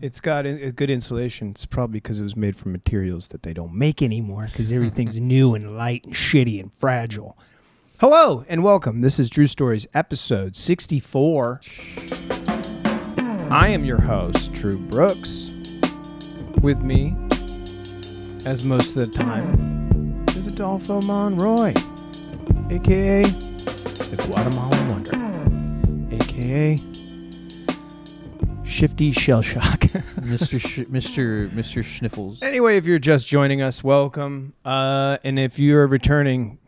It's got in- a good insulation. It's probably because it was made from materials that they don't make anymore because everything's new and light and shitty and fragile. Hello and welcome. This is Drew Stories, episode 64. I am your host, Drew Brooks. With me, as most of the time, is Adolfo Monroy, aka the Guatemalan Wonder, aka Shifty Shell Shock. Mr. Sh- Mr. Mr. Schniffles. Anyway, if you're just joining us, welcome. Uh, and if you're returning,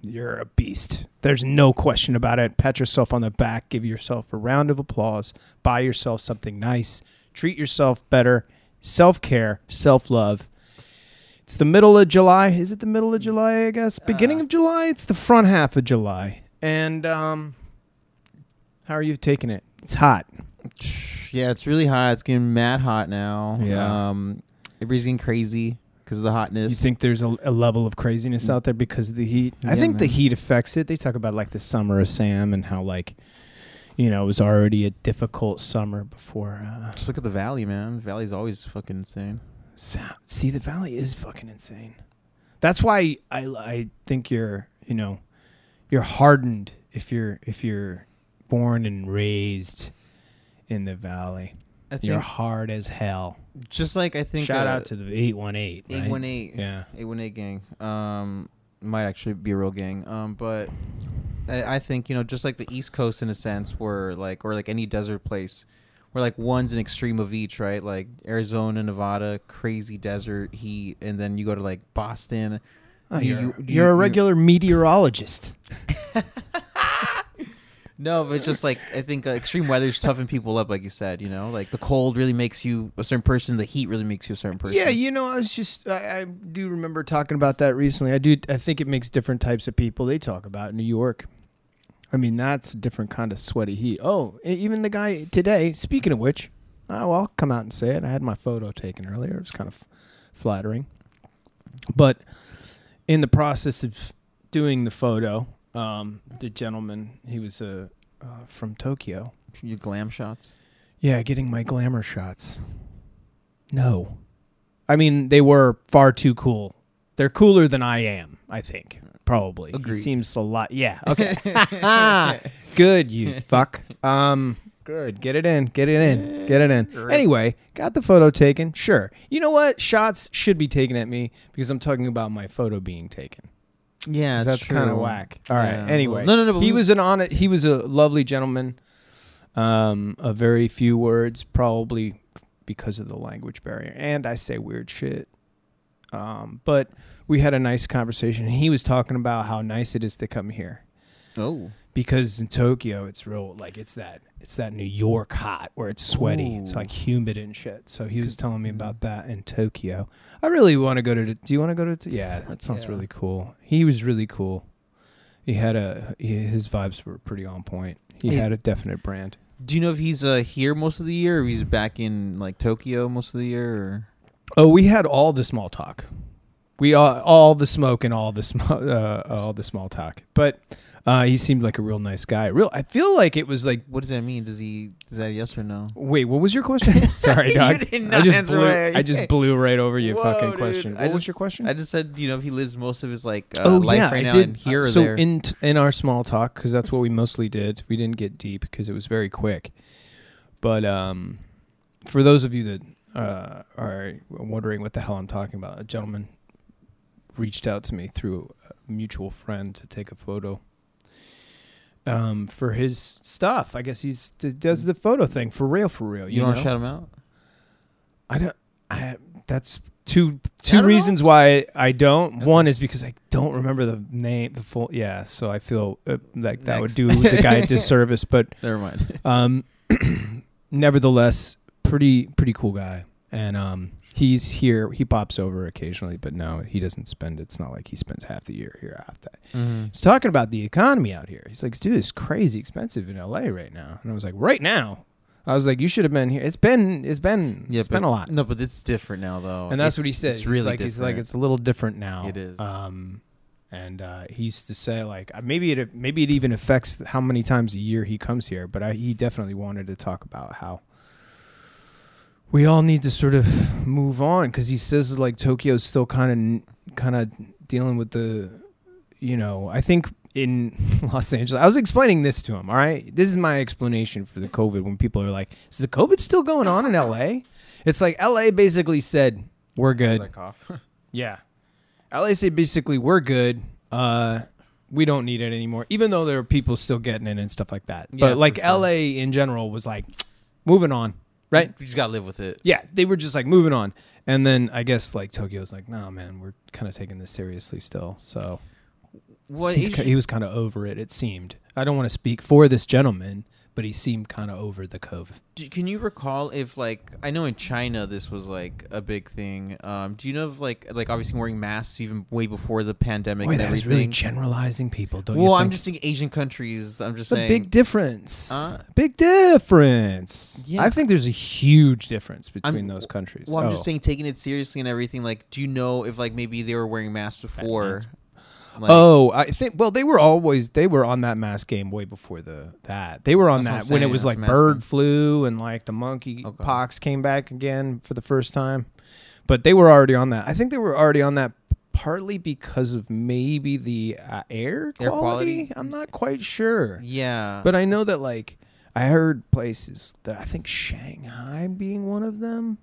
you're a beast. There's no question about it. Pat yourself on the back, give yourself a round of applause, buy yourself something nice, treat yourself better, self care, self love. It's the middle of July. Is it the middle of July, I guess? Beginning of July? It's the front half of July. And um, how are you taking it? It's hot. Yeah, it's really hot. It's getting mad hot now. Yeah. Um, everybody's getting crazy because of the hotness. You think there's a, a level of craziness out there because of the heat? I Mm. Yeah, think the man. heat affects it. They talk about like the summer of Sam and how like, you know, it was already a difficult summer before. Uh, Just look at the valley, man. The valley's always fucking insane. Sa- See, the valley is fucking insane. That's why I I think you're you know, you're hardened if you're if you're born and raised in the valley. I think You're hard as hell. just like I think. Shout uh, out to the eight one eight. eight one eight. Yeah. Eight one eight gang. Um, might actually be a real gang. Um, but I, I think you know, just like the East Coast in a sense, where like or like any desert place, where like one's an extreme of each, right? Like Arizona, Nevada, crazy desert heat, and then you go to like Boston. Oh, You- you're, you- you- you're a you- regular meteorologist. No, but it's just like I think uh, extreme weather's toughing people up, like you said. You know, like the cold really makes you a certain person. The heat really makes you a certain person. Yeah, you know, I was just I, I do remember talking about that recently. I do I think it makes different types of people. They talk about New York. I mean, that's a different kind of sweaty heat. Oh, e- even the guy today. Speaking of which, oh, well, I'll come out and say it. I had my photo taken earlier. It was kind of flattering, but in the process of doing the photo, um, the gentleman he was uh, uh, from Tokyo. you glam shots. Yeah, getting my glamour shots. No. I mean, they were far too cool. They're cooler than I am, I think. Probably. Agreed. He seems a lot. Yeah. Okay. good, you fuck. Um good. Get it in. Get it in. Get it in. Anyway, got the photo taken. Sure. You know what? Shots should be taken at me because I'm talking about my photo being taken. Yeah, So that's kind of whack. All right. Yeah. Anyway, No, no, no, but He we- was an honest. He was a lovely gentleman. Um, a very few words, probably because of the language barrier, and I say weird shit. Um, but we had a nice conversation. He was talking about how nice it is to come here Oh, because in Tokyo it's real like it's that it's that New York hot where it's sweaty. It's Ooh. like humid and shit. So he was telling me about that in Tokyo. I really want to go to. Do you want to go to? T- Yeah, that sounds Yeah. really cool. He was really cool. He had a he, his vibes were pretty on point. He Hey. had a definite brand. Do you know if he's uh, here most of the year, or if he's back in like Tokyo most of the year? Or? Oh, we had all the small talk. We all, all the smoke and all the small uh, all the small talk. But uh, he seemed like a real nice guy. Real. I feel like it was like What does that mean? Does he? Is that a yes or no? Wait, what was your question? Sorry, You Doc. did I not just answer blew, my- I just blew right over your Whoa, fucking dude. question. What I was just- your question? Oh, I just said you know if he lives most of his like uh, life right now in here or so there. in t- in our small talk, because that's what we mostly did. We didn't get deep because it was very quick. But um, for those of you that uh, are wondering what the hell I'm talking about, a gentleman reached out to me through a mutual friend to take a photo. Um, for his stuff, I guess he's d- does the photo thing for real, for real. you, You, don't know? wanna shout him out. I don't. I, that's two I two don't reasons why I don't. Okay. One is because I don't remember the name, the full. Yeah, so I feel uh, like that would Next. do the guy a disservice. But Never mind. um, nevertheless, pretty pretty cool guy, and um, he's here. He pops over occasionally, but no, he doesn't spend. It's not like he spends half the year here, half that. Mm-hmm. He's talking about the economy out here. He's like, dude, it's crazy expensive in LA right now. And I was like, right now. I was like, you should have been here. It's been, it's been, Yeah, it's been but- a lot No, but it's different now though. and that's what he It's- said. It's really he's like different. he's like it's a little different now. It is. Um, and uh, he used to say like uh, maybe it maybe it even affects how many times a year he comes here. But I, he definitely wanted to talk about how we all need to sort of move on because he says like Tokyo's still kind of kind of dealing with the, you know, I think in Los Angeles. I was explaining this to him. All right, this is my explanation for the COVID. When people are like, "Is the COVID still going on in LA?" It's like LA basically said, "We're good." Like off. Yeah. LA said basically we're good. Uh we don't need it anymore. Even though there are people still getting it and stuff like that. Yeah, but like for sure. LA in general was like moving on, right? You just gotta live with it. Yeah, they were just like moving on. And then I guess like Tokyo's like, "Nah, man, we're kind of taking this seriously still." So What he's, is- ki- he was kind of over it it seemed. I don't want to speak for this gentleman, but he seemed kind of over the cove. do- can you recall if like I know in China this was like a big thing. Um, do you know if like like obviously wearing masks even way before the pandemic Boy, and that is everything? really generalizing people, don't you well, I'm think? just thinking Asian countries. I'm It's just a saying big difference. Uh, big difference. Yeah. I think there's a huge difference between I'm- those countries. Well, I'm just Oh. saying taking it seriously and everything. Like, do you know if like maybe they were wearing masks before? Like, oh, I think. Well, they were always they were on that mask game way before the that they were on That's what that I'm when it saying, was that's like mask game. bird flu and like the monkey Okay. pox came back again for the first time, but they were already on that. I think they were already on that partly because of maybe the uh, air, Air quality. quality? I'm not quite sure. yeah. But I know that like I heard places that I think Shanghai being one of them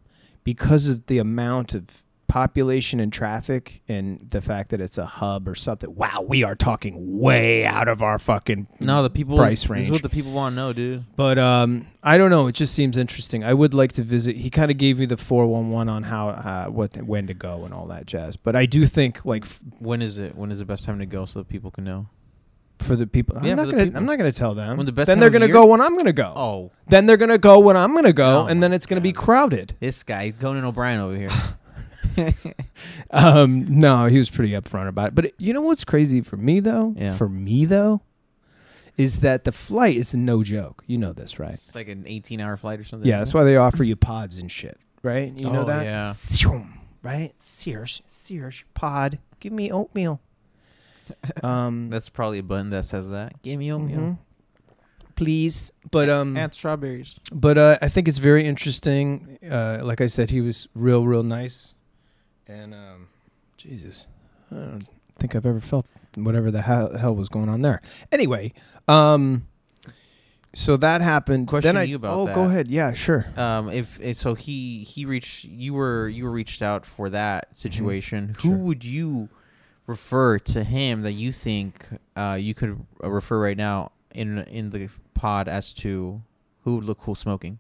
because of the amount of population and traffic and the fact that it's a hub or something. Wow, we are talking way out of our fucking no, the people price This range. is what the people want to know, dude. But um, I don't know. It just seems interesting. I would like to visit. He kind of gave me the four one one on how uh, what when to go and all that jazz. But I do think like f- When is it? When is the best time to go so that people can know? for the people, Yeah, I'm not for the gonna people. I'm not gonna tell them. When the best then time they're of the gonna year- go when I'm gonna go. Oh, Then they're gonna go when I'm gonna go, Oh and my then it's gonna be God. crowded. this guy Conan O'Brien over here. Um, no, he was pretty upfront about it. But it- you know what's crazy for me though? Yeah. For me though, is that the flight is no joke. You know this, right? It's like an 18-hour flight or something. Yeah, that's why they offer you pods and shit, right? You know Oh, that? yeah. Shoom, Right? Sears, Sears, pod. Give me oatmeal. Um, That's probably a button that says that. Give me oatmeal mhm. please. But um, Mm-hmm. and strawberries. but uh, I think it's very interesting. Uh, like I said, he was real, real nice, and um, Jesus, I don't think I've ever felt whatever the hell, hell was going on there. Anyway, um, so that happened. Question then I, you about Oh, go that. ahead. Yeah, sure. Um, if eh, so, he he reached you were you were reached out for that situation. Mm-hmm. Sure. Who would you refer to him that you think uh, you could uh, refer right now in in the pod as to who would look cool smoking?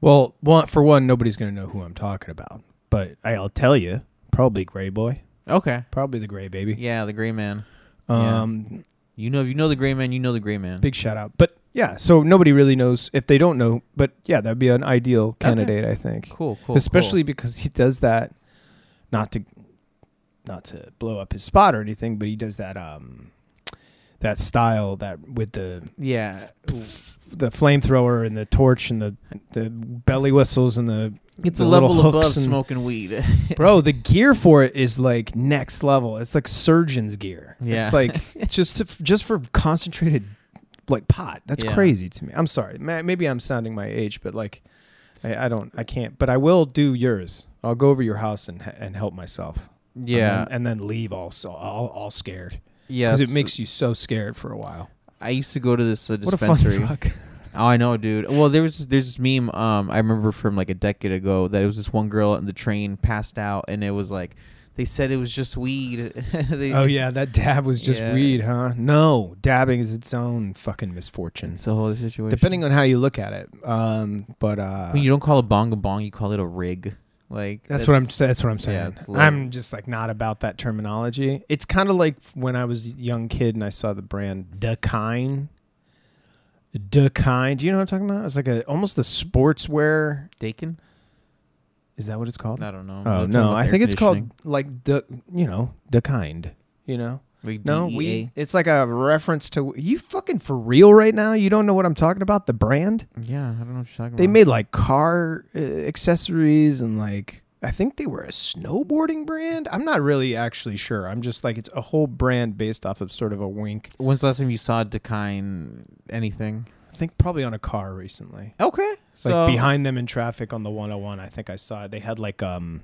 Well, one, for one, nobody's going to know who I'm talking about, but I'll tell you. Probably Gray Boy. Okay, Probably the Gray Baby. yeah, the gray man. yeah. Um, You know, if you know the gray man, you know the gray man. big shout out. But yeah, so nobody really knows if they don't know. But yeah, that'd be an ideal candidate, I think. cool, cool. Especially because he does that, not to, not to blow up his spot or anything, but he does that um, that style that with the cool. yeah, the flamethrower and the torch and the the belly whistles and the it's the a little level above hooks and- smoking weed. Bro, the gear for it is like next level. It's like surgeon's gear. Yeah. It's like it's just to, just for concentrated like pot. That's Yeah. crazy to me. I'm sorry. Ma- Maybe I'm sounding my age, but like I, I don't I can't. But I will do yours. I'll go over your house and and help myself. And yeah, then- and then, leave all so all, all scared yeah. because uh, it that's- makes you so scared for a while. I used to go to this uh, What a fun dispensary. drug. Oh, I know, dude. Well, there was there's this meme um I remember from like a decade ago that it was this one girl on the train passed out and it was like they said it was just weed. They- oh yeah, that dab was just Yeah. weed, huh? No, dabbing is its own fucking misfortune. it's a whole situation. Depending on how you look at it, um, but uh, I mean, you don't call a bong a bong, you call it a rig. Like That's, what I'm. That's what I'm yeah, saying. it's low. I'm just like not about that terminology. It's kind of like when I was a young kid and I saw the brand Dakine. Dakine. Do you know what I'm talking about? It's like a almost a sportswear. Dakin? Is that what it's called? I don't know. oh I'm talking about no, the I air think it's called conditioning. like the you know the kind. You know. Like E No, DEA? we. It's like a reference to you. Fucking for real right now. You don't know what I'm talking about. The brand. Yeah, I don't know what you're talking They about. made like car uh, accessories and like I think they were a snowboarding brand. I'm not really actually sure. I'm just like it's a whole brand based off of sort of a wink. When's the last time you saw Dakine anything? I think probably on a car recently. Okay. So- like behind them in traffic on the 101 i think i saw it they had like um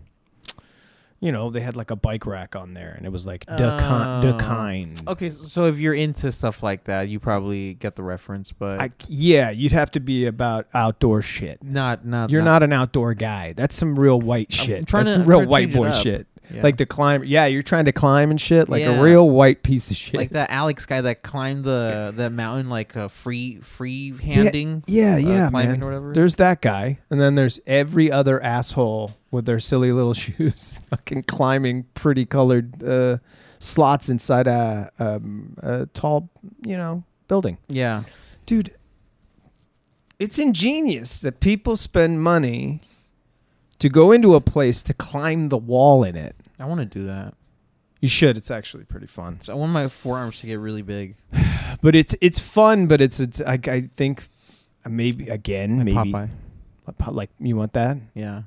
you know they had like a bike rack on there and it was like decline Oh. decline Okay, s- so if you're into stuff like that, you probably get the reference, but I, yeah you'd have to be about outdoor shit not not you're not an outdoor guy that's some real white I'm shit trying that's to- some real trying to white change it boy up. shit yeah. like to climb yeah you're trying to climb and shit like Yeah. a real white piece of shit like that Alex guy that climbed the the mountain like uh, free free handing. yeah yeah uh, climbing man or whatever. there's that guy and then there's every other asshole with their silly little shoes fucking climbing pretty colored uh, slots inside a, um, a tall you know building Yeah. dude it's ingenious that people spend money to go into a place to climb the wall in it I want to do that. you should it's actually pretty fun So I want my forearms to get really big. but it's it's fun but it's it's i, I think uh, maybe again Like maybe Popeye. like you want that Yeah.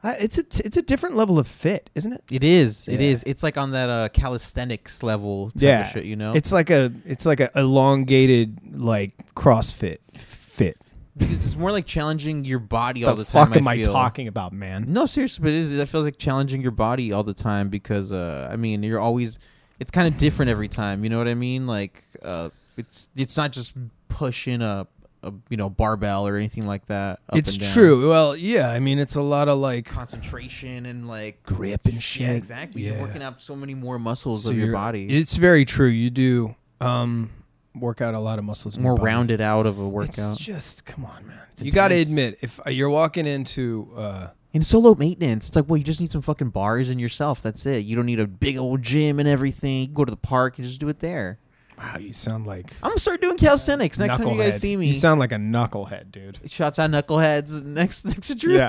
I, it's a t- it's a different level of fit, isn't it? It is. It Yeah. is. It's like on that uh, calisthenics level type Yeah. of shit, you know? It's like a it's like a elongated like CrossFit fit. Because it's more like challenging your body all the time. fuck am I feel. talking about, man? No, seriously, but it is. It feels like challenging your body all the time because, uh, I mean, you're always. It's kind of different every time. You know what I mean? Like, uh, it's it's not just pushing a, a you know barbell or anything like that. up it's and down. true. Well, yeah, I mean it's a lot of like Concentration and like grip and shit. yeah, exactly. You're working out so many more muscles of your you're- body. It's very true. You do um work out a lot of muscles. in your more body. rounded out of a It's workout. just come on, man. It's you got to intense. admit if uh, you're walking into uh And it's so low maintenance. It's like, well, you just need some fucking bars and yourself. That's it. You don't need a big old gym and everything. You can go to the park and just do it there. wow, you sound like I'm gonna start doing calisthenics next time you guys knucklehead. see me. You sound like a knucklehead, dude. Shots out knuckleheads next next to Drew. Yeah.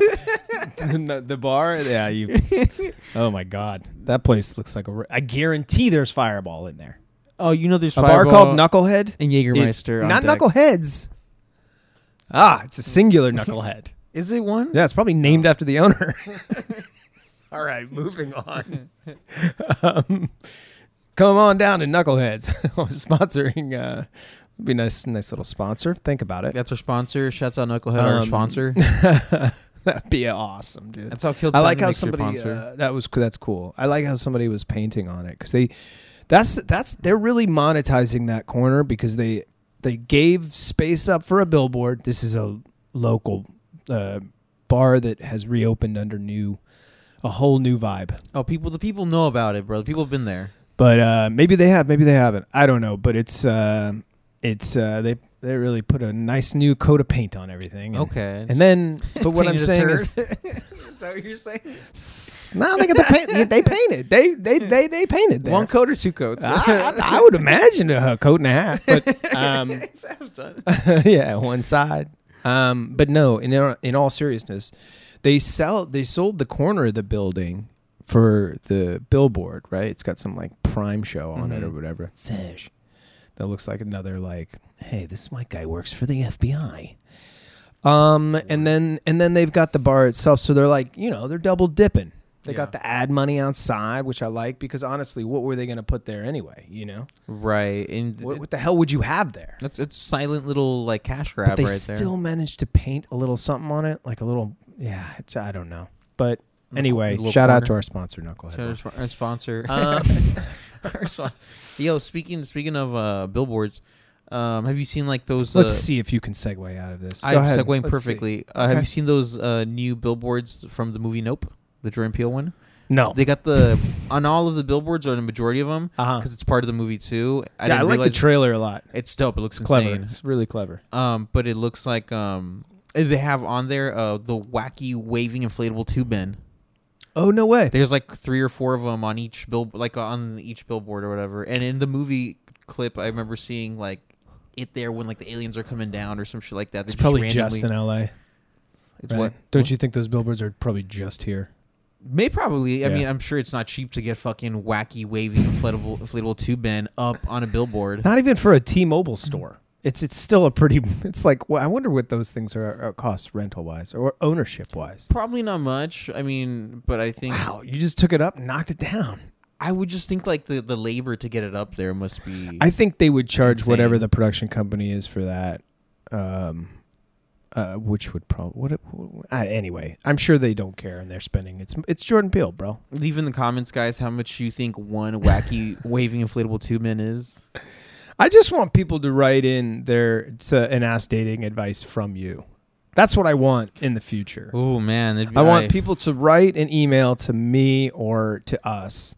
the, the bar, yeah. You. Oh my God, that place looks like a. re- I guarantee there's Fireball in there. Oh, you know there's A bar Fireball called Knucklehead. and is Jägermeister. on not deck. Knuckleheads. Ah, it's a singular Knucklehead. Is it one? Yeah, it's probably named after the owner. All right, moving on. um, come on down to Knuckleheads. I was sponsoring. Uh, would be nice, nice little sponsor. Think about it. That's our sponsor. Shouts out Knucklehead, our Um, sponsor. That'd be awesome, dude. That's how Kill I like Tony how makes your somebody sponsor. uh, that was that's cool. I like how somebody was painting on it because they that's that's they're really monetizing that corner because they they gave space up for a billboard. This is a local uh, bar that has reopened under new a whole new vibe. oh, people. The people know about it, bro. The people have been there. But uh, maybe they have, maybe they haven't. I don't know. But it's uh, it's uh, they they really put a nice new coat of paint on everything. And, Okay. And then, but what I'm Painted a saying is, turd. is that what you're saying? No, they got the paint. They painted. They they they they painted there. Um, One coat or two coats? I, I, I would imagine a coat and a half, but um, it's half done. yeah, one side. Um, but no, in all- in all seriousness, they sell they sold the corner of the building for the billboard. Right, it's got some like prime show on it or Mhm. whatever. Sage. That looks like another like, hey, this white guy works for the FBI. Um, and then and then they've got the bar itself, so they're like, you know, they're double dipping. They got Yeah. the ad money outside, which I like because honestly, what were they going to put there anyway? You know, Right, and what, what the hell would you have there? it's, it's silent little like cash grab But they right still managed to paint a little something on it, like a little, yeah, it's, I don't know. But anyway, Little shout out corner. to our sponsor, Knucklehead. there. So our, sp- our sponsor. Um, our sponsor. Uh, Yo, speaking speaking of uh, billboards, um, have you seen like those? Let's uh, see if you can segue out of this. I'm Go ahead. Let's segueing see. perfectly. Uh, have Okay. you seen those uh, new billboards from the movie Nope, the Jordan Peele one? No. They got the on all of the billboards or the majority of them Uh-huh. because it's part of the movie too. I yeah, didn't I like the realize- trailer a lot. it's dope. It looks It's clever. insane. It's really clever. Um, but it looks like um, they have on there uh, the wacky waving inflatable tube men. Oh no way! There's like three or four of them on each bill, like on each billboard or whatever. And in the movie clip, I remember seeing like it there when like the aliens are coming down or some shit like that. It's They probably randomly- just in L.A. It's right? what? Don't you think those billboards are probably just here? May probably. I Yeah. mean, I'm sure it's not cheap to get fucking wacky waving inflatable inflatable tube men up on a billboard. Not even for a T-Mobile store. It's it's still a pretty. It's like well, I wonder what those things are, are cost rental wise or ownership wise. Probably not much. I mean, but I think Wow, you just took it up, and knocked it down. I would just think like the, the labor to get it up there must be. I think they would charge whatever Insane. the production company is for that. Um, uh, which would probably what, it- wh- wh- uh, anyway. I'm sure they don't care and they're spending. It's it's Jordan Peele, bro. Leave in the comments, guys, how much you think one wacky waving inflatable tube man is. I just want people to write in their to, and ask dating advice from you. That's what I want in the future. Oh man, it'd be, I want people to write an email to me or to us.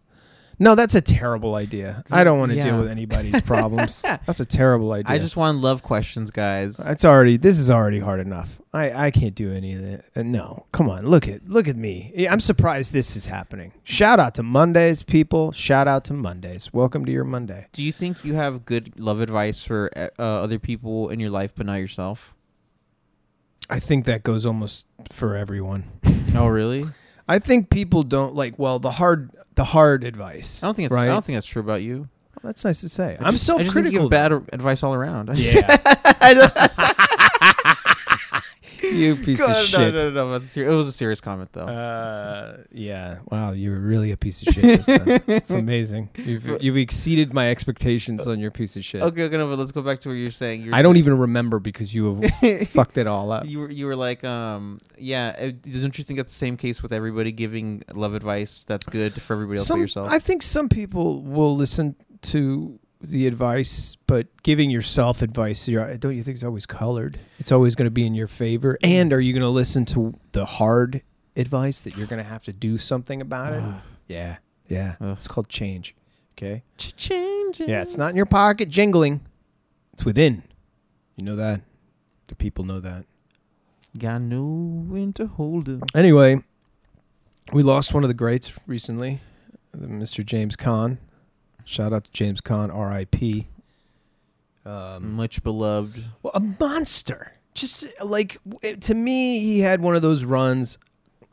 No, that's a terrible idea. I don't want to Yeah. deal with anybody's problems. that's a terrible idea. I just want love questions, guys. It's already. This is already hard enough. I I can't do any of that. Uh, no, come on. Look at look at me. Yeah, I'm surprised this is happening. Shout out to Mondays, people. Shout out to Mondays. Welcome to your Monday. Do you think you have good love advice for uh, other people in your life, but not yourself? I think that goes almost for everyone. Oh, really? I think people don't like. Well, the hard the hard advice. I don't think it's, right. I don't think that's true about you. Well, that's nice to say. Oh. I I'm just- so I just think you critical. give bad a- advice all around. I just- Yeah. you piece God, of no, shit. No, no, no, that's ser- It was a serious comment though. Uh, yeah. Wow, you're really a piece of shit. This time. it's amazing. You've you've exceeded my expectations on your piece of shit. okay, okay, no, but let's go back to what you're saying. You're I don't even remember because you have fucked it all up. You were you were like, um, yeah. uh, Don't you think that's the same case with everybody giving love advice that's good for everybody else Some- but yourself? I think some people will listen to the advice, but giving yourself advice, you're, don't you think it's always colored? It's always going to be in your favor. And are you going to listen to the hard advice that you're going to have to do something about it? yeah, yeah. Ugh. It's called change. Okay. Change. Yeah, it's not in your pocket jingling. It's within. You know that. The people know that. Got no when to hold 'em. Anyway, we lost one of the greats recently, Mr. James Kahn. Shout out to James Kahn, R.I.P. Um, Much beloved. well, a monster. Just like w- to me, he had one of those runs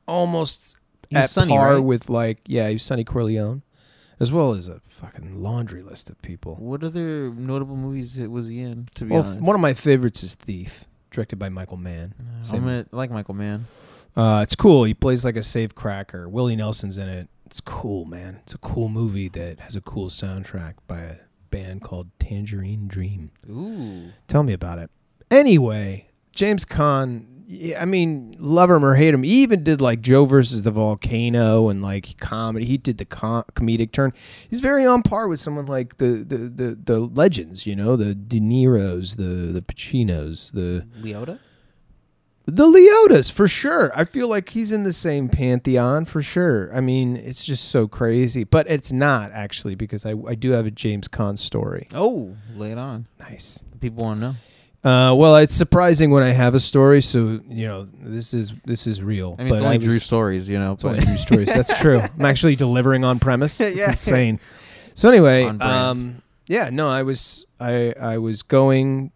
almost He was at Sonny, par right? with like yeah, he was Sonny Corleone, as well as a fucking laundry list of people. What other notable movies it- was he in? To be Well, f- honest, one of my favorites is Thief, directed by Michael Mann. I'm Same- gonna I like Michael Mann. Uh, it's cool. He plays like a safe cracker. Willie Nelson's in it. It's cool, man. It's a cool movie that has a cool soundtrack by a band called Tangerine Dream. Ooh, Tell me about it. Anyway, James Caan. Yeah, I mean, love him or hate him, he even did like Joe versus the volcano and like comedy. He did the com- comedic turn. He's very on par with someone like the the the, the legends, you know, the De Niro's, the the Pacinos, the Leota. the Leotas, for sure. I feel like he's in the same pantheon, for sure. I mean, it's just so crazy. But it's not, actually, because I, I do have a James Caan story. Oh, lay it on. Nice. People want to know. Uh, well, it's surprising when I have a story, so, you know, this is this is real. I mean, it's But only was- Drew stories, you know. It's only but- Drew's stories. That's true. I'm actually delivering on premise. It's Yeah. insane. So anyway, On brand. um, yeah, no, I was I I was going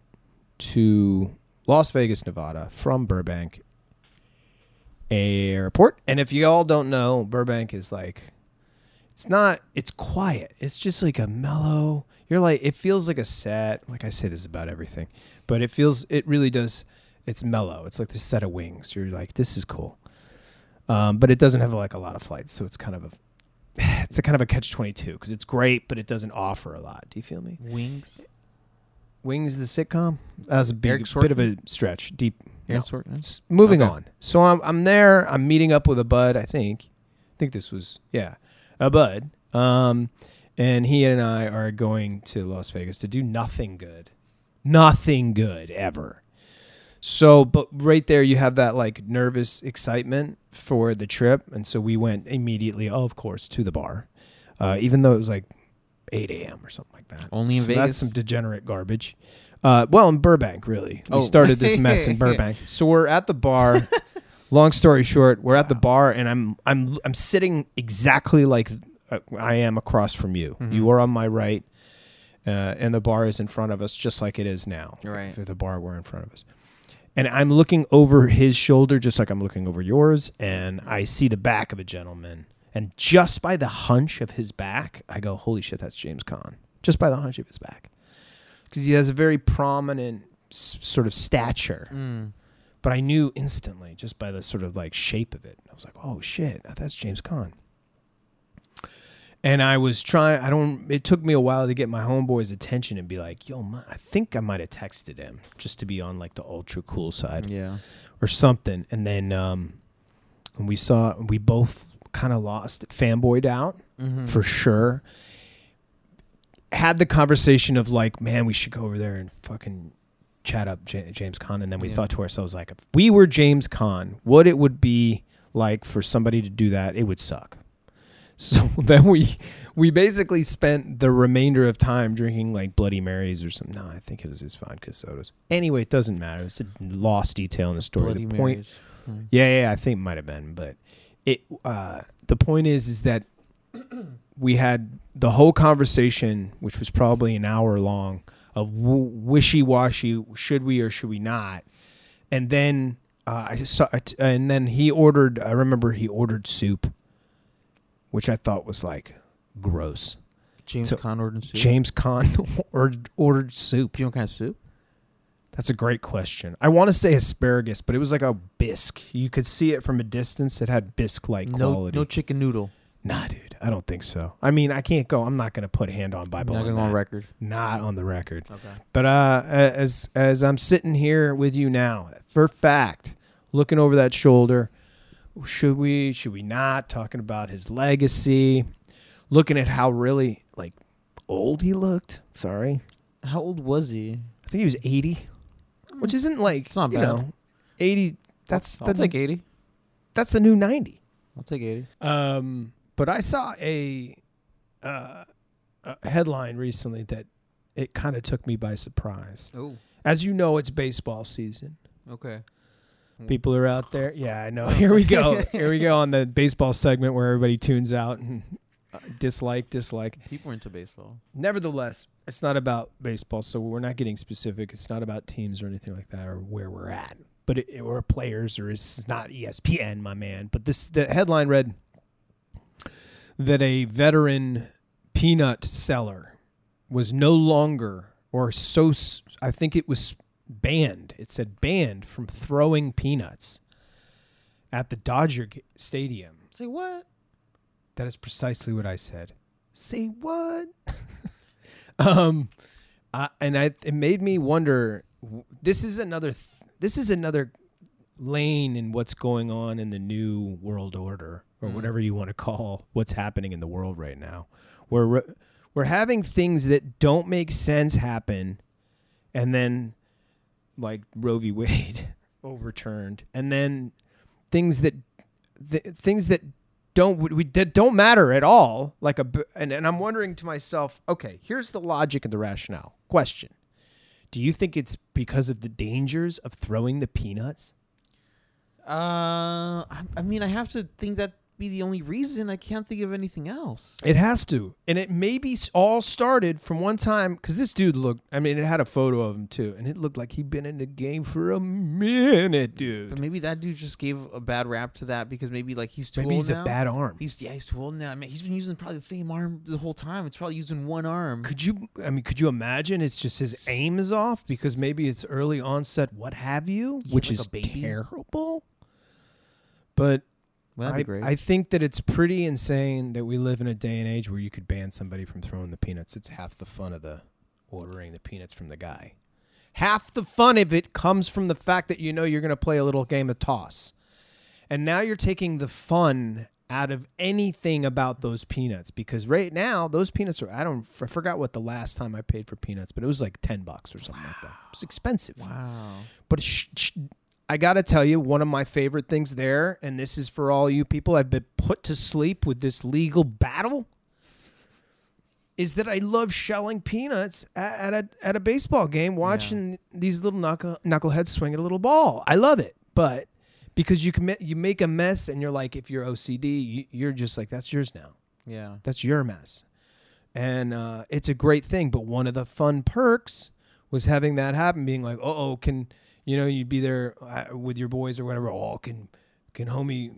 to Las Vegas, Nevada from Burbank airport. And if you all don't know, Burbank is like it's not it's quiet. It's just like a mellow. You're like it feels like a set. Like I say this about everything, but it feels it really does it's mellow. It's like the set of wings. You're like this is cool. Um, but it doesn't have like a lot of flights, so it's kind of a it's a kind of a catch 22 because it's great, but it doesn't offer a lot. Do you feel me? Wings. Wings the sitcom? That was a big, Eric Sorkin? bit of a stretch. Deep. Aaron No. Sorkin. S- Moving Okay. on. So I'm I'm there. I'm meeting up with a bud. I think. I think this was yeah, a bud. Um, and he and I are going to Las Vegas to do nothing good, nothing good ever. So, but right there, you have that like nervous excitement for the trip, and so we went immediately, oh, of course, to the bar, uh, even though it was like 8 a.m. or something like that. Only in So Vegas? That's some degenerate garbage. Uh, well, in Burbank, really. We Oh. started this mess in Burbank. So we're at the bar. Long story short, we're at the bar, and I'm I'm I'm sitting exactly like uh, I am across from you. Mm-hmm. You are on my right, uh, and the bar is in front of us, just like it is now. Right. If the bar were in front of us, and I'm looking over his shoulder, just like I'm looking over yours, and I see the back of a gentleman, and just by the hunch of his back, I go, "Holy shit, that's James Caan." Just by the hunch of his back, because he has a very prominent s- sort of stature Mm. but I knew instantly just oh, by the sort of like shape of it. I was like, oh shit, that's James Caan. and I was trying. I don't. It took me a while to get my homeboy's attention and be like, "Yo, ma, I think I might have texted him just to be on like the ultra cool side Yeah. or something." And then um, when we saw, we both kind of lost, fanboyed out Mm-hmm. for sure. Had the conversation of like, "Man, we should go over there and fucking." Chat up J- James Con, and then we Yeah. thought to ourselves, like, if we were James Con, what it would be like for somebody to do that, it would suck. So then we we basically spent the remainder of time drinking like Bloody Marys or something. No, I think it was just vodka sodas. Anyway, it doesn't matter. It's a lost detail in the story. Bloody the point, Marys. Mm. yeah, yeah, I think it might have been, but it. Uh, the point is, is that we had the whole conversation, which was probably an hour long, of w- wishy washy, should we or should we not, and then uh, I saw, it- and then he ordered. I remember he ordered soup, which I thought was like gross. James So- Conrad and soup. James Conn ordered, ordered soup. Do you know what kind of soup? That's a great question. I want to say asparagus, but it was like a bisque. You could see it from a distance. It had bisque like No, quality. no chicken noodle. nah, dude. I don't think so. I mean, I can't go. I'm not going to put hand on Bible. Not on gonna go on that. record. Not on the record. Okay. But uh, a- as as I'm sitting here with you now, for fact, looking over that shoulder, should we? Should we not? Talking about his legacy, looking at how really like old he looked. Sorry, How old was he? I think he was 80, which isn't like It's not you bad. know 80. That's I'll that's take like eighty. that's the new 90. I'll take eighty. Um, but I saw a, uh, a headline recently that it kind of took me by surprise. Oh, As you know, it's baseball season. okay. People are out there. Yeah, I know. Here we go. Here we go on the baseball segment where everybody tunes out and uh, dislike, dislike. People are into baseball. Nevertheless, it's not about baseball, so we're not getting specific. It's not about teams or anything like that or where we're at, but it, or players or it's not E ESPN, my man. But this the headline read that a veteran peanut seller was no longer or so s- I think it was banned. It said banned from throwing peanuts at the Dodger g- stadium. Say what? That is precisely what I said. Say what? um, I, and I it made me wonder. w- This is another. th- This is another lane in what's going on in the new world order, or whatever you want to call what's happening in the world right now. We're re- we're having things that don't make sense happen, and then like Roe v. Wade overturned, and then things that th- things that don't we, that don't matter at all. Like a b- and, and I'm wondering to myself, okay, here's the logic and the rationale. Question: Do you think it's because of the dangers of throwing the peanuts? Uh, I, I mean, I have to think that be the only reason. I can't think of anything else. It has to, and it maybe s- all started from one time because this dude looked. I mean, it had a photo of him too, and it looked like he'd been in the game for a minute, But dude. maybe that dude just gave a bad rap to that because maybe like he's too Maybe old he's now. a bad arm. He's yeah, he's too old now. I mean, he's been using probably the same arm the whole time. It's probably using one arm. Could you? I mean, could you imagine? It's just his aim is off because maybe it's early onset, what have you, Yeah, which like a is baby. terrible. But Well, that'd I, be great. I think that it's pretty insane that we live in a day and age where you could ban somebody from throwing the peanuts. It's half the fun of the ordering the peanuts from the guy. Half the fun of it comes from the fact that you know you're going to play a little game of toss. And now you're taking the fun out of anything about those peanuts because right now those peanuts are I don't I forgot what the last time I paid for peanuts, but it was like 10 bucks or something like that. It was expensive. wow. But sh- sh- I got to tell you, one of my favorite things there, and this is for all you people I've been put to sleep with this legal battle, is that I love shelling peanuts at, at, a, at a baseball game, watching these little knuckle, knuckleheads swing at a little ball. I love it. But because you commit, you make a mess, and you're like, if you're OCD, you, you're just like, that's yours now. Yeah. That's your mess. And uh, it's a great thing. But one of the fun perks was having that happen, being like, "Oh, oh, can you know you'd be there uh, with your boys or whatever? Oh, can can homie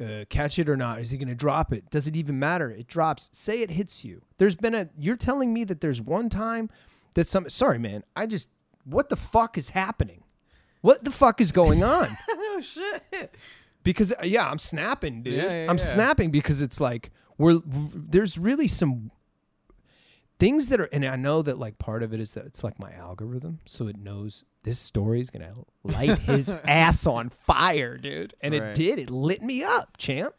uh, catch it or not? Is he gonna drop it? Does it even matter? It drops. Say it hits you. There's been a. You're telling me that there's one time that some. Sorry, man. I just. What the fuck is happening? What the fuck is going on? oh shit. Because uh, yeah, I'm snapping, dude. Yeah, yeah, I'm yeah. snapping because it's like We're there's really some things that are, and I know that like part of it is that it's like my algorithm, so it knows this story is gonna light his ass on fire, dude. And Right. it did. It lit me up, champ.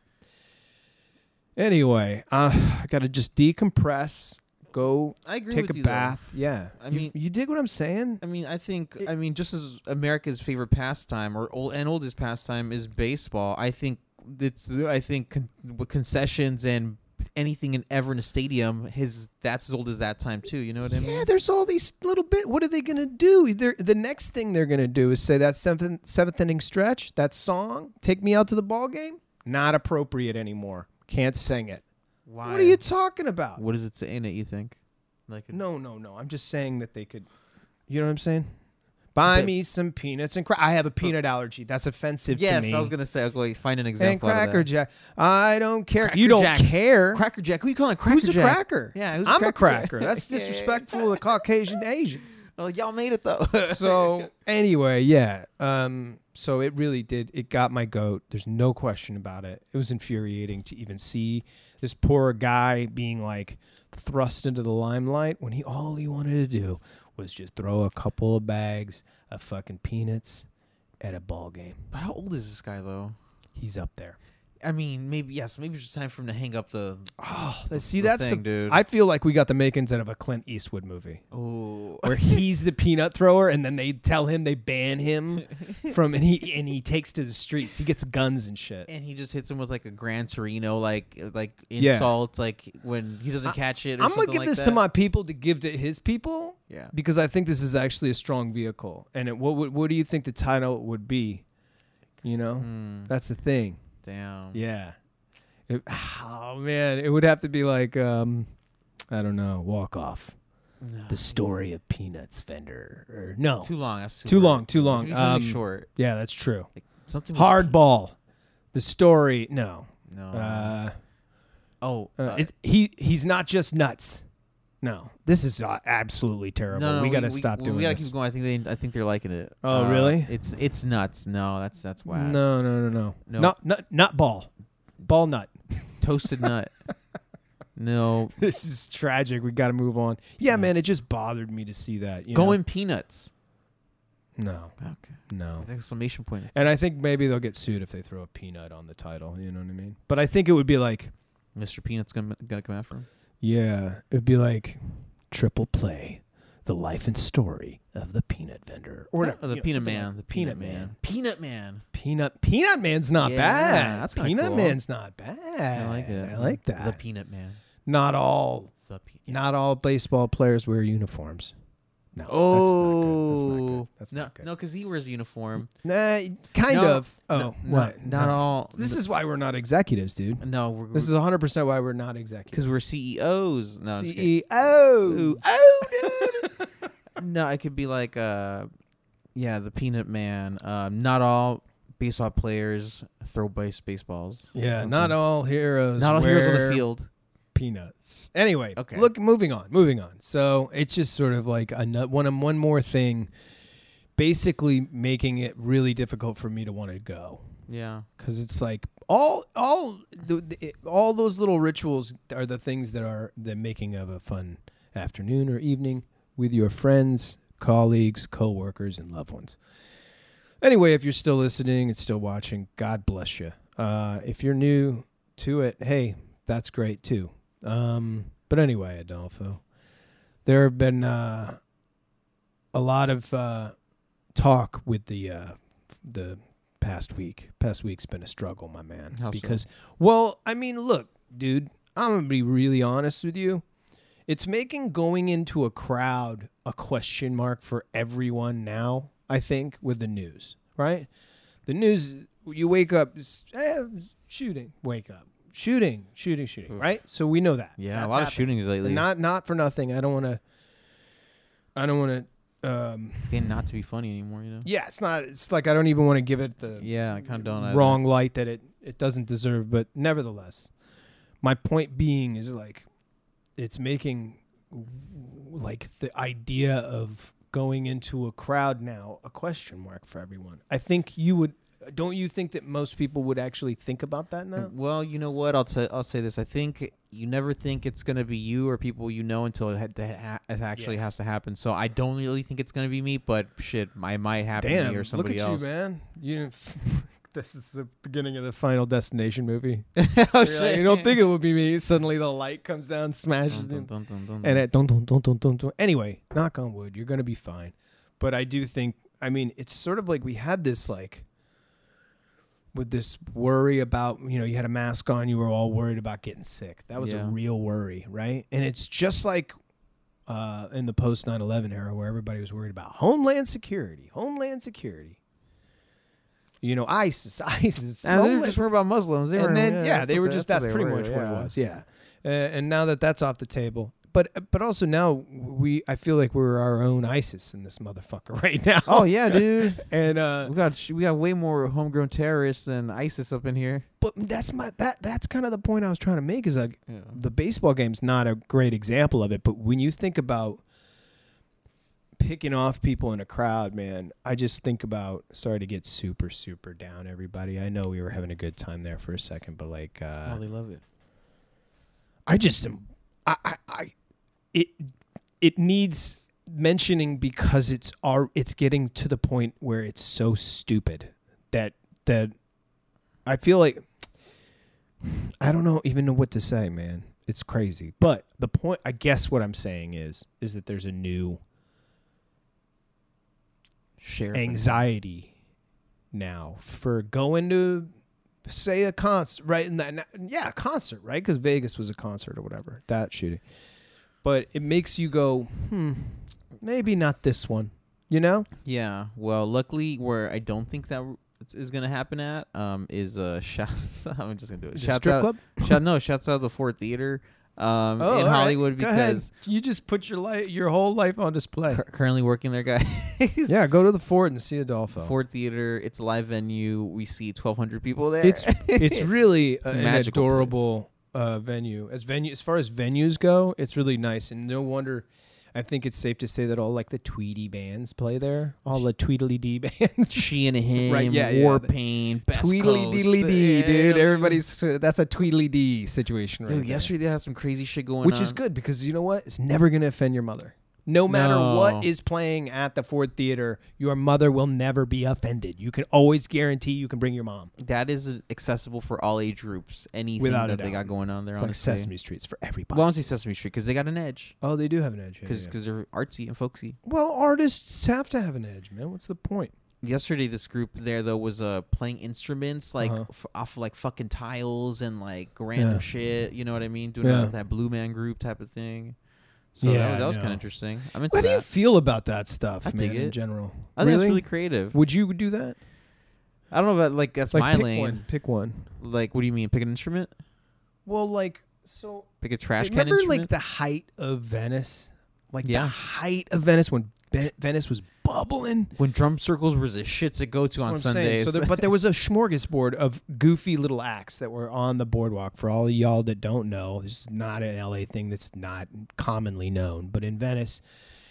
Anyway, uh, I gotta just decompress, go I agree take with a you, though. bath. Yeah, I You- mean- you, dig what I'm saying? I mean, I think I mean just as America's favorite pastime or old and oldest pastime is baseball. I think it's I think con- with concessions and anything and ever in a stadium, his that's as old as that time too. You know what I mean? Yeah, there's all these little bit. What are they gonna do? They're, the next thing they're gonna do is say that seventh seventh inning stretch, that song, "Take Me Out to the Ball Game," not appropriate anymore. Can't sing it. Why? What are you talking about? what does it say in it? You think? Like it- No, no, no. I'm just saying that they could. You know what I'm saying? Buy But- me some peanuts and cra- I have a peanut allergy. That's offensive Yes, to me. I was gonna say. Okay, find an and example. Cracker of Jack. I don't care. Cracker you don't Jacks. care. that. Cracker Jack. Who you calling Cracker who's a Jack? cracker? Yeah, who's a I'm a cracker? cracker. That's disrespectful to Caucasian Asians. Oh, y'all made it though. So anyway, yeah. Um. So it really did. It got my goat. There's no question about it. It was infuriating to even see this poor guy being like thrust into the limelight when he all he wanted to do was just throw a couple of bags of fucking peanuts at a ball game. but how old is this guy though? He's up there. I mean, maybe yes. Maybe it's just time for him to hang up the. Oh, see, the that's the. thing, dude. I feel like we got the makings out of a Clint Eastwood movie. Oh. where he's the peanut thrower and then they tell him they ban him from and he and he takes to the streets. He gets guns and shit. and he just hits him with like a Gran Torino like like Yeah. insult like when he doesn't catch it. Or I'm gonna something give like this that. to my people to give to his people yeah. because I think this is actually a strong vehicle. And it, what would what do you think the title would be? You know, Mm, that's the thing. damn. Yeah. It- oh man, it would have to be like um, I don't know, walk off. No. The story of peanuts vendor or no? Too long. That's Too hard. long, too It's long. gonna be Something Um, short. Yeah, that's true. Like something with- Hardball. The story. No. No. Uh, oh. uh, uh, it, he he's not just nuts. No, this is uh, absolutely terrible. no, no, we gotta stop we, doing We gotta this. keep going. I think they. I think they're liking it. Oh, Uh, really? It's it's nuts. No, that's that's whack. No, no, no, no, No. Not nut nut ball, ball nut. Toasted nut. no. This is tragic. We gotta move on. Yeah, man, it just bothered me to see that. You Going peanuts. know? Okay. no, no. With Exclamation point. And I think maybe they'll get sued if they throw a peanut on the title. You know what I mean? But I think it would be like, Mr. Peanut's gonna gonna come after him. yeah, it'd be like triple play, the life and story of the peanut vendor or whatever. Oh, the you know, peanut something man. like- the peanut man. Peanut man. Peanut Peanut Man's not Yeah, bad. that's kinda Peanut cool. Man's not bad. I like that. I like The that. peanut man. not all The peanut. not all baseball players wear uniforms. No. Oh, That's not good. That's not good. no, because he wears a uniform. That's not good. Nah, kind No, of. Oh, no, no, what? Not No. all. This is why we're not executives, dude. no. We're, This is 100% why we're not executives. because we're CEOs. No, I'm just kidding. CEO. Oh, dude. no, I could be like, uh, yeah, the peanut man. Um, not all baseball players throw base baseballs. yeah, Okay. not all heroes. not all heroes on wear the field. peanuts. Anyway, Okay. Look, moving on, moving on. So it's just sort of like another one, one more thing, basically making it really difficult for me to want to go Yeah, because it's like all, all, the, the, it- all those little rituals are the things that are the making of a fun afternoon or evening with your friends, colleagues, coworkers, and loved ones. Anyway, if you're still listening and still watching, God bless you. Uh, if you're new to it, hey, that's great too. Um, but anyway, Adolfo, there have been uh, a lot of uh, talk with the uh, the past week. Past week's been a struggle, my man. How so? because, well, I mean, look, dude, I'm gonna be really honest with you. It's making going into a crowd a question mark for everyone now. I think with the news, right? The news, you wake up, it's, eh, shooting, wake up, shooting, shooting, shooting, Oof. right? So we know that. yeah, That's a lot of happening. shootings lately. And Not not for nothing. I don't want to. I don't want to. Um, it's getting not to be funny anymore. You know. yeah, it's not. It's like I don't even want to give it the Yeah, I kind of don't. either. wrong light that it it doesn't deserve. But nevertheless, my point being is like, it's making w- like the idea of going into a crowd now a question mark for everyone. I think you would Don't you think that most people would actually think about that now? Well, you know what? I'll t- I'll say this. I think you never think it's gonna be you or people you know until it, had to ha- it actually Yeah. has to happen. So I don't really think it's gonna be me, but shit, I might happen to Damn, me or look somebody at else. you, man. You. This is the beginning of the Final Destination movie. oh Mm-hmm. You're like, you don't think it would be me. Suddenly the light comes down, smashes him. and it don't don't don't don't don't don't. Anyway, knock on wood, you're gonna be fine. But I do think, I mean, it's sort of like we had this like with this worry about you know you had a mask on, you were all worried about getting sick. That was Yeah. a real worry, right? And it's just like uh, in the post 9/11 era where everybody was worried about homeland security, homeland security. You know, ISIS, ISIS. Nah, they were homeland- just worried about Muslims. They were, and then yeah, that's they what were just that's, what they pretty were, much yeah. what it was yeah uh, and now that that's off the table but but also now we i feel like we're our own isis in this motherfucker right now Oh yeah, dude. and uh We got sh- we got way more homegrown terrorists than ISIS up in here. but that's my that that's kind of the point i was trying to make is like Yeah. the baseball game's not a great example of it but when you think about picking off people in a crowd man i just think about sorry to get super super down everybody i know we were having a good time there for a second but like uh they love it. I just am. I, I, I it it needs mentioning because it's our it's getting to the point where it's so stupid that that I feel like I don't know even know what to say, man. It's crazy. But the point I guess what I'm saying is is that there's a new Sheriff. anxiety now for going to say a concert right in that yeah a concert right because vegas was a concert or whatever that shooting but it makes you go hmm maybe not this one you know Yeah. Well, luckily, where I don't think that w- it's- is going to happen at um is uh shout. I'm just gonna do it. The Shouts strip out, club Oh, Shout no. Shouts out the Ford Theater um all in right. Hollywood Go ahead. because you just put your life your whole life on display cur- currently working there, guys. yeah go to the fort and see adolfo Ford Theater. It's a live venue. We see 1,200 people there. it's it's really a- a an magical place. adorable uh, venue as venue as far as venues go. It's really nice, and no wonder. I think it's safe to say that all like the Tweety bands play there. All the Tweedly D bands. she and him. Right, yeah, yeah, War the- Pain. Best Tweedly Coast. Deedly Dee, Yeah, dude. yeah, Everybody's that's a Tweedly Dee situation right Dude, there. yesterday they had some crazy shit going Which on. is good because you know what? It's never gonna offend your mother. No matter No. what is playing at the Ford Theater, your mother will never be offended. You can always guarantee you can bring your mom. That is accessible for all age groups. Anything Without a that they doubt. got going on there. It's honestly. like Sesame Street's for everybody. Well, I don't say Sesame Street because they got an edge oh, they do have an edge. yeah, because yeah. they're artsy and folksy. Well, artists have to have an edge, man. What's the point? yesterday this group there though was uh playing instruments like Uh-huh. f- off like fucking tiles and like random Yeah. shit you know what i mean doing Yeah. that, that blue man group type of thing so that, Yeah, was- that was I kind of know. interesting i'm into How do that you feel about that stuff, I man? dig In it. general, i think it's really creative Would you do that? i don't know if that, like that's like, my pick lane one. Pick one. like what do you mean pick an instrument Well, like so. pick a trash can remember, instrument like the height of Venice, like Yeah. the height of Venice when Be- Venice was bubbling. when drum circles were the shit to go to That's what on I'm saying. sundays So there, but there was a smorgasbord of goofy little acts that were on the boardwalk. For all y'all that don't know, this is not an LA thing that's not commonly known. But in Venice,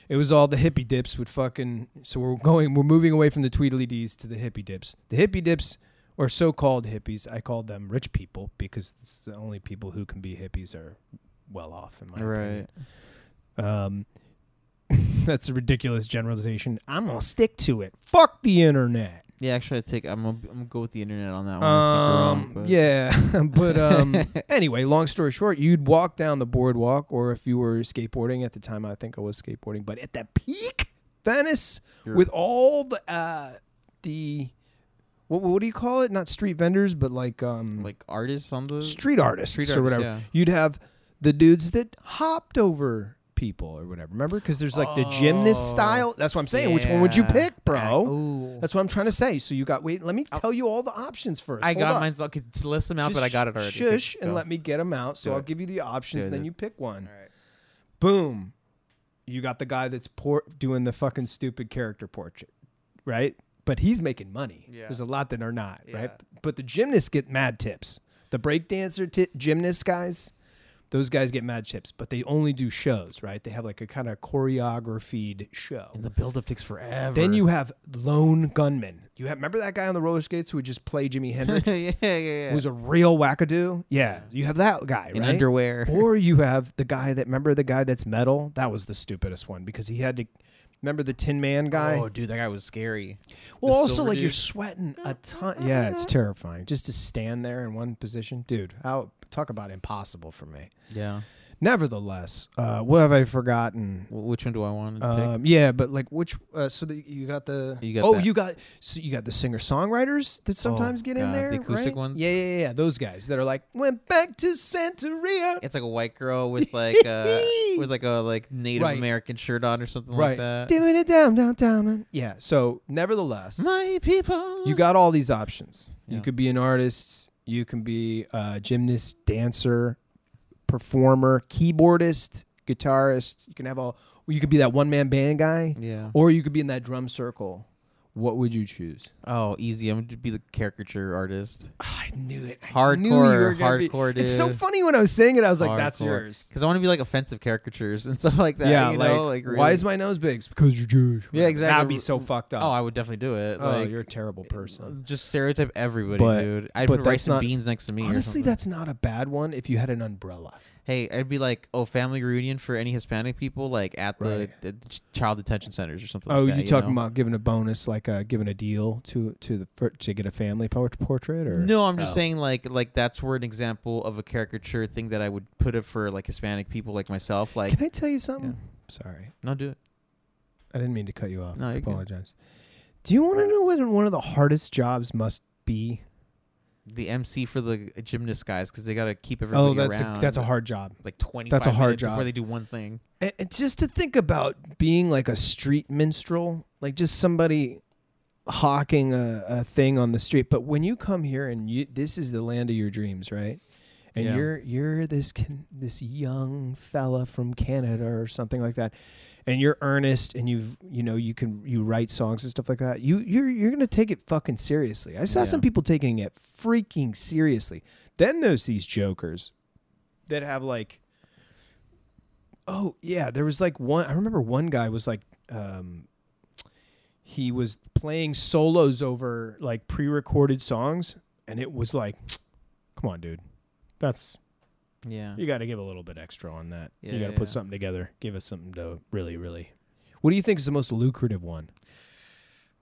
it was all the hippie dips would fucking. So we're going, we're moving away from the Tweedledees to the hippie dips. The hippie dips, or so-called hippies, I call them rich people because it's the only people who can be hippies are well off in my right opinion. Um, that's a ridiculous generalization. I'm gonna stick to it. Fuck the internet. yeah actually i take i'm gonna, I'm gonna go with the internet on that one I Um, think you're wrong, but- yeah, but um, anyway, long story short, you'd walk down the boardwalk, or if you were skateboarding at the time, I think I was skateboarding, but at the peak, Venice You're- with all the uh, the what what do you call it? Not street vendors, but like um, like artists on the street artists street or artists, whatever. yeah. You'd have the dudes that hopped over people or whatever. Remember, because there's like the gymnast Oh, style. That's what I'm saying. Which one would you yeah. pick, bro? I- ooh. That's what I'm trying to say. So you got wait. Let me tell you all the options first. I Hold got up. mine. so I could list them out, Just but I got it already. Shush and let me get them out. So Do I'll it. give you the options. Do it, then dude. you pick one. right. Boom. You got the guy that's por- doing the fucking stupid character portrait, right? But he's making money. Yeah. There's a lot that are not, right? Yeah. But the gymnasts get mad tips. The breakdancer t- gymnast guys, Those guys get mad chips, but they only do shows, right? They have like a kind of choreographed show. And the build-up takes forever. Then you have lone gunman. You have remember that guy on the roller skates who would just play Jimi Hendrix, yeah, yeah, yeah. who's a real wackadoo. Yeah, you have that guy in right? underwear. or you have the guy that remember the guy that's metal. That was the stupidest one because he had to remember the Tin Man guy. Oh, dude, that guy was scary. well, the also silver like you're dude. sweating a ton. Yeah, it's terrifying just to stand there in one position, dude. How talk about impossible for me. Yeah. Nevertheless, uh, what have I forgotten? Wh- Which one do I want to pick? Um, yeah, but like which? Uh, so the, you got the You got oh that. Oh, you got so you got the singer songwriters that sometimes get in God, the there, acoustic right? ones? Yeah, yeah, yeah. Those guys that are like went back to Santeria. It's like a white girl with like a with like a like Native Right. American shirt on or something like that. Doing it down, down, down. Yeah. So, nevertheless, My people. you got all these options. You Yeah. could be an artist. You can be a gymnast, dancer, performer, keyboardist, guitarist. You can have all. You could be that one man band guy, Yeah. or you could be in that drum circle. What would you choose? Oh, easy. I'm gonna be the caricature artist. I knew it. I Hardcore, knew you were gonna be- hardcore, It's so dude. funny when I was saying it. I was like, "That's Hardcore. yours." Because I want to be like offensive caricatures and stuff like that. yeah. you like, know? like why really- is my nose big? It's because you're Jewish. Yeah, exactly. That'd be so fucked up. Oh, I would definitely do it. Oh, like you're a terrible person. just stereotype everybody, But- dude. I'd but put that's rice and not- beans next to me. or Honestly, something. that's not a bad one if you had an umbrella. hey, I'd be like, oh, family reunion for any Hispanic people, like at the, Right. the ch- child detention centers or something. Oh, like that, you talking know? about giving a bonus, like uh, giving a deal to to the for, to get a family por- portrait, or No, I'm just Oh. saying like like that's where an example of a caricature thing that I would put it for like Hispanic people like myself. Like, Can I tell you something? Sorry, no, do it. I didn't mean to cut you off. No, I you're good. apologize. Do you want to know what one of the hardest jobs must be? The MC for the gymnast guys because they gotta keep everybody oh, that's around. a, that's a hard job. like 25 that's a hard minutes job. before they do one thing. And, and just to think about being like a street minstrel, like just somebody hawking a, a thing on the street. But when you come here and you, this is the land of your dreams, right? And Yeah. you're you're this can, this young fella from Canada or something like that, and you're earnest and you've you know you can you write songs and stuff like that. You you're you're gonna take it fucking seriously. I saw Yeah. some people taking it freaking seriously. Then there's these jokers that have like oh yeah there was like one i remember one guy was like um he was playing solos over like pre-recorded songs and it was like come on dude that's Yeah. you got to give a little bit extra on that you Yeah, got to put yeah. something together give us something to really really what do you think is the most lucrative one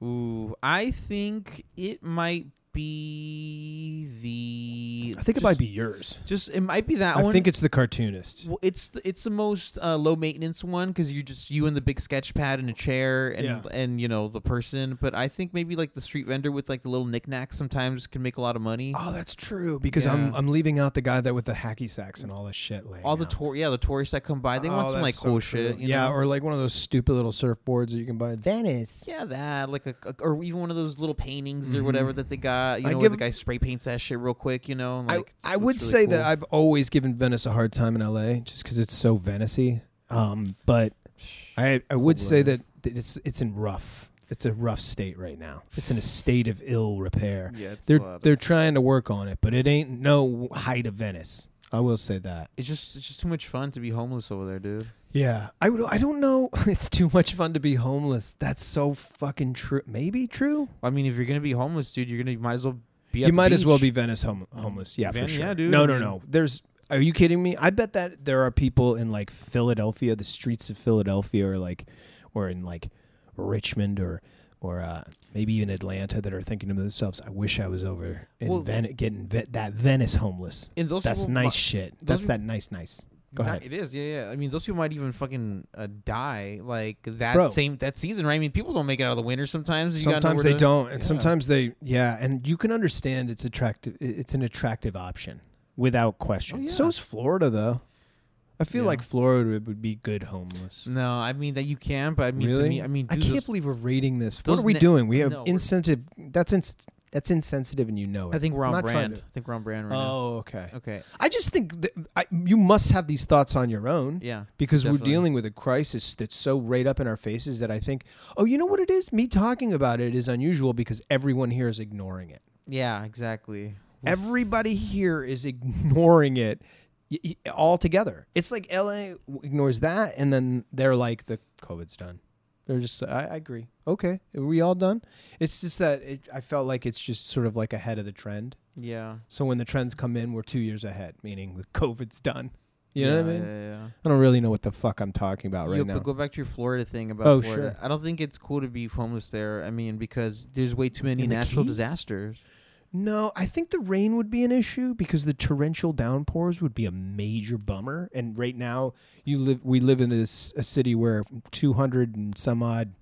Ooh, I think it might be the. i think it E, just- might be yours Just it might be that i, one. E. think it's the cartoonist Well, it's the, it's the most uh, low maintenance one because you just you and the big sketch pad and a chair and Yeah. and you know the person. But I think maybe like the street vendor with like the little knickknacks sometimes can make a lot of money. oh that's true because i'm Yeah. i'm leaving out the guy that with the hacky sacks and all this shit laying All the out. tour, yeah, the tourists that come by, they want Oh, that's some like so cool true. shit. you yeah, know? or like one of those stupid little surfboards that you can buy in Venice. yeah, that like a, a- or even one of those little paintings or Mhm. whatever that they got. You I know, where give- the guy spray paints that shit real quick. You know, and, like it's- I, I it's would really say that cool. I've always given Venice a hard time in LA just because it's so Venice-y. Um, but I I would say that, that it's it's in rough. It's a rough state right now. It's in a state of ill repair. yeah, it's They're they're trying to work on it, but it ain't no height of Venice. I will say that. It's just it's just too much fun to be homeless over there, dude. Yeah, I would. I don't know. It's too much fun to be homeless. That's so fucking true. Maybe true. I mean, if you're gonna be homeless, dude, you're gonna you might as well be. at you the might as well beach. be Venice home- homeless. Yeah, Ven- for sure. yeah, dude, No, I no, mean- no. There's. Are you kidding me? I bet that there are people in like Philadelphia, the streets of Philadelphia, or like, or in like Richmond, or or uh, maybe even Atlanta, that are thinking to themselves, "I wish I was over in Well- Ven- getting ve- that Venice homeless. And those That's people nice mi- shit. That's people- that nice, nice." Go Nah, ahead. It is, yeah, yeah. I mean, those people might even fucking uh, die like that Bro. same that season, right? I mean, people don't make it out of the winter sometimes. You gotta know Sometimes where they to- don't, and yeah. sometimes they, yeah. And you can understand it's attractive. i- It's an attractive option without question. Oh, yeah. So is Florida, though. I feel Yeah. Mm, like Florida would be good homeless. No, I mean that you can, but I mean, really? to me, I mean, I dude, can't those- believe we're rating this. What those are we ne- doing? We have No, we're- insensitive. That's ins- that's insensitive, and you know it. I think we're I'm on not trying brand. I think we're on brand to- right oh, okay. now. Okay, I just think that I, you must have these thoughts on your own yeah, because we're Definitely. dealing with a crisis that's so right up in our faces that I think, oh, you know what it is? Me talking about it is unusual because everyone here is ignoring it. yeah, exactly. We'll s- Everybody here is ignoring it, y- y- all together. It's like LA ignores that, and then they're like, the COVID's done. They're just, I, I agree. Okay, are we all done? It's just that it, I felt like it's just sort of like ahead of the trend. Yeah. So when the trends come in, we're two years ahead, meaning the COVID's done. You know what I Yeah, mean? Yeah, yeah. I don't really know what the fuck I'm talking about right Yo, now. But go back to your Florida thing about Oh, Florida. I don't think it's cool to be homeless there. I mean, because there's way too many In the natural Keys? disasters. No, I think the rain would be an issue because the torrential downpours would be a major bummer. And right now, you live we live in this a city where 200 and some odd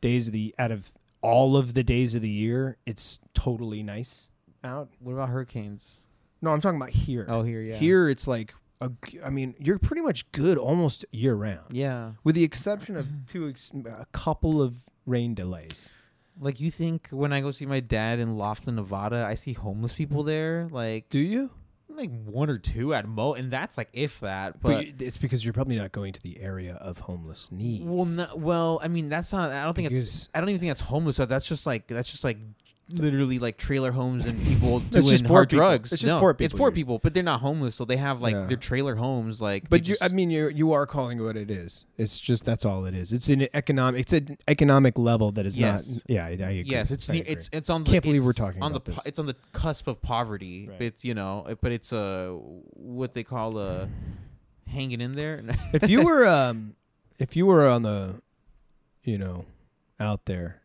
days of the out of all of the days of the year, it's totally nice out. What about hurricanes? No, I'm talking about here. Oh, here, yeah. Here it's like a g- I mean, you're pretty much good almost year round. Yeah. With the exception of two ex- a couple of rain delays. Like you think when I go see my dad in Laughlin, Nevada, I see homeless people there, like Mm-hmm. Do you? like one or two at most, and that's like if that. But, But, you- it's because you're probably not going to the area of homeless needs. well, no, well, I mean that's not. I don't think Because- it's. I don't even think that's homeless. But that's just like that's just like literally like trailer homes and people doing It's just poor hard people. drugs. It's just No, poor It's people poor usually. people, but they're not homeless, so they have like Yeah. their trailer homes. Like, But they you, I just- mean, you you are calling it what it is. It's just that's all it is. It's an economic. It's an economic level that is Yes. not. Yeah, I, I agree. Yes, it's I near, agree. it's it's on. Can't the, believe we're it's talking on about the po- this. It's on the cusp of poverty. Right. It's you know, it- but it's uh, what they call uh, hanging in there. if you were um, if you were on the, you know, out there,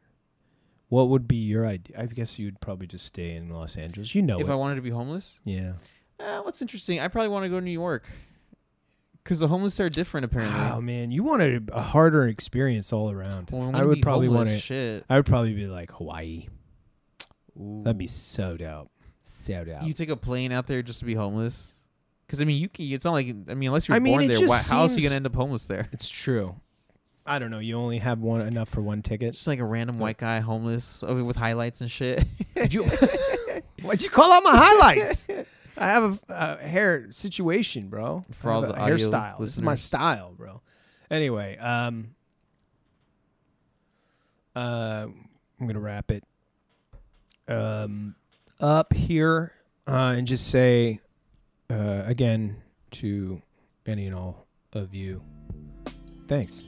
what would be your idea? I guess you'd probably just stay in Los Angeles. You know if it. I wanted to be homeless, yeah. uh, what's interesting? I probably want to go to New York because the homeless there are different apparently. Wow, Oh, man, you wanted a harder experience all around. Well, when I we would be probably homeless, want to. Shit, I would probably be like Hawaii. That'd be Ooh. so dope. So dope. You take a plane out there just to be homeless? Because I mean, you can. It's not like I mean, unless I you're mean, it born there, just why, how else are you seems- gonna end up homeless there? It's true. I don't know. You only have one enough for one ticket. Just like a random white guy homeless uh, with highlights and shit. Did you? why'd you call out my highlights? I have a, a hair situation, bro. For I all have the a audio hairstyle. This is my listeners. style, bro. Anyway, um, uh, I'm gonna wrap it um up here uh, and just say uh, again to any and all of you, thanks.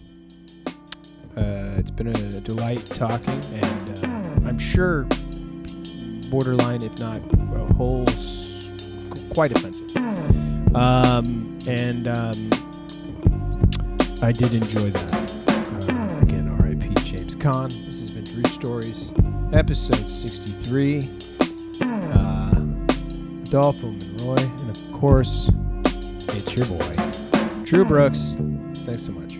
Uh, it's been a delight talking, and uh, I'm sure borderline, if not a whole, s- quite offensive. Um, and um, I did enjoy that. Uh, again, RIP James Kahn. This has been Drew Stories, episode 63. Uh, Adolfo Monroy, and of course, it's your boy, Drew Brooks. Thanks so much.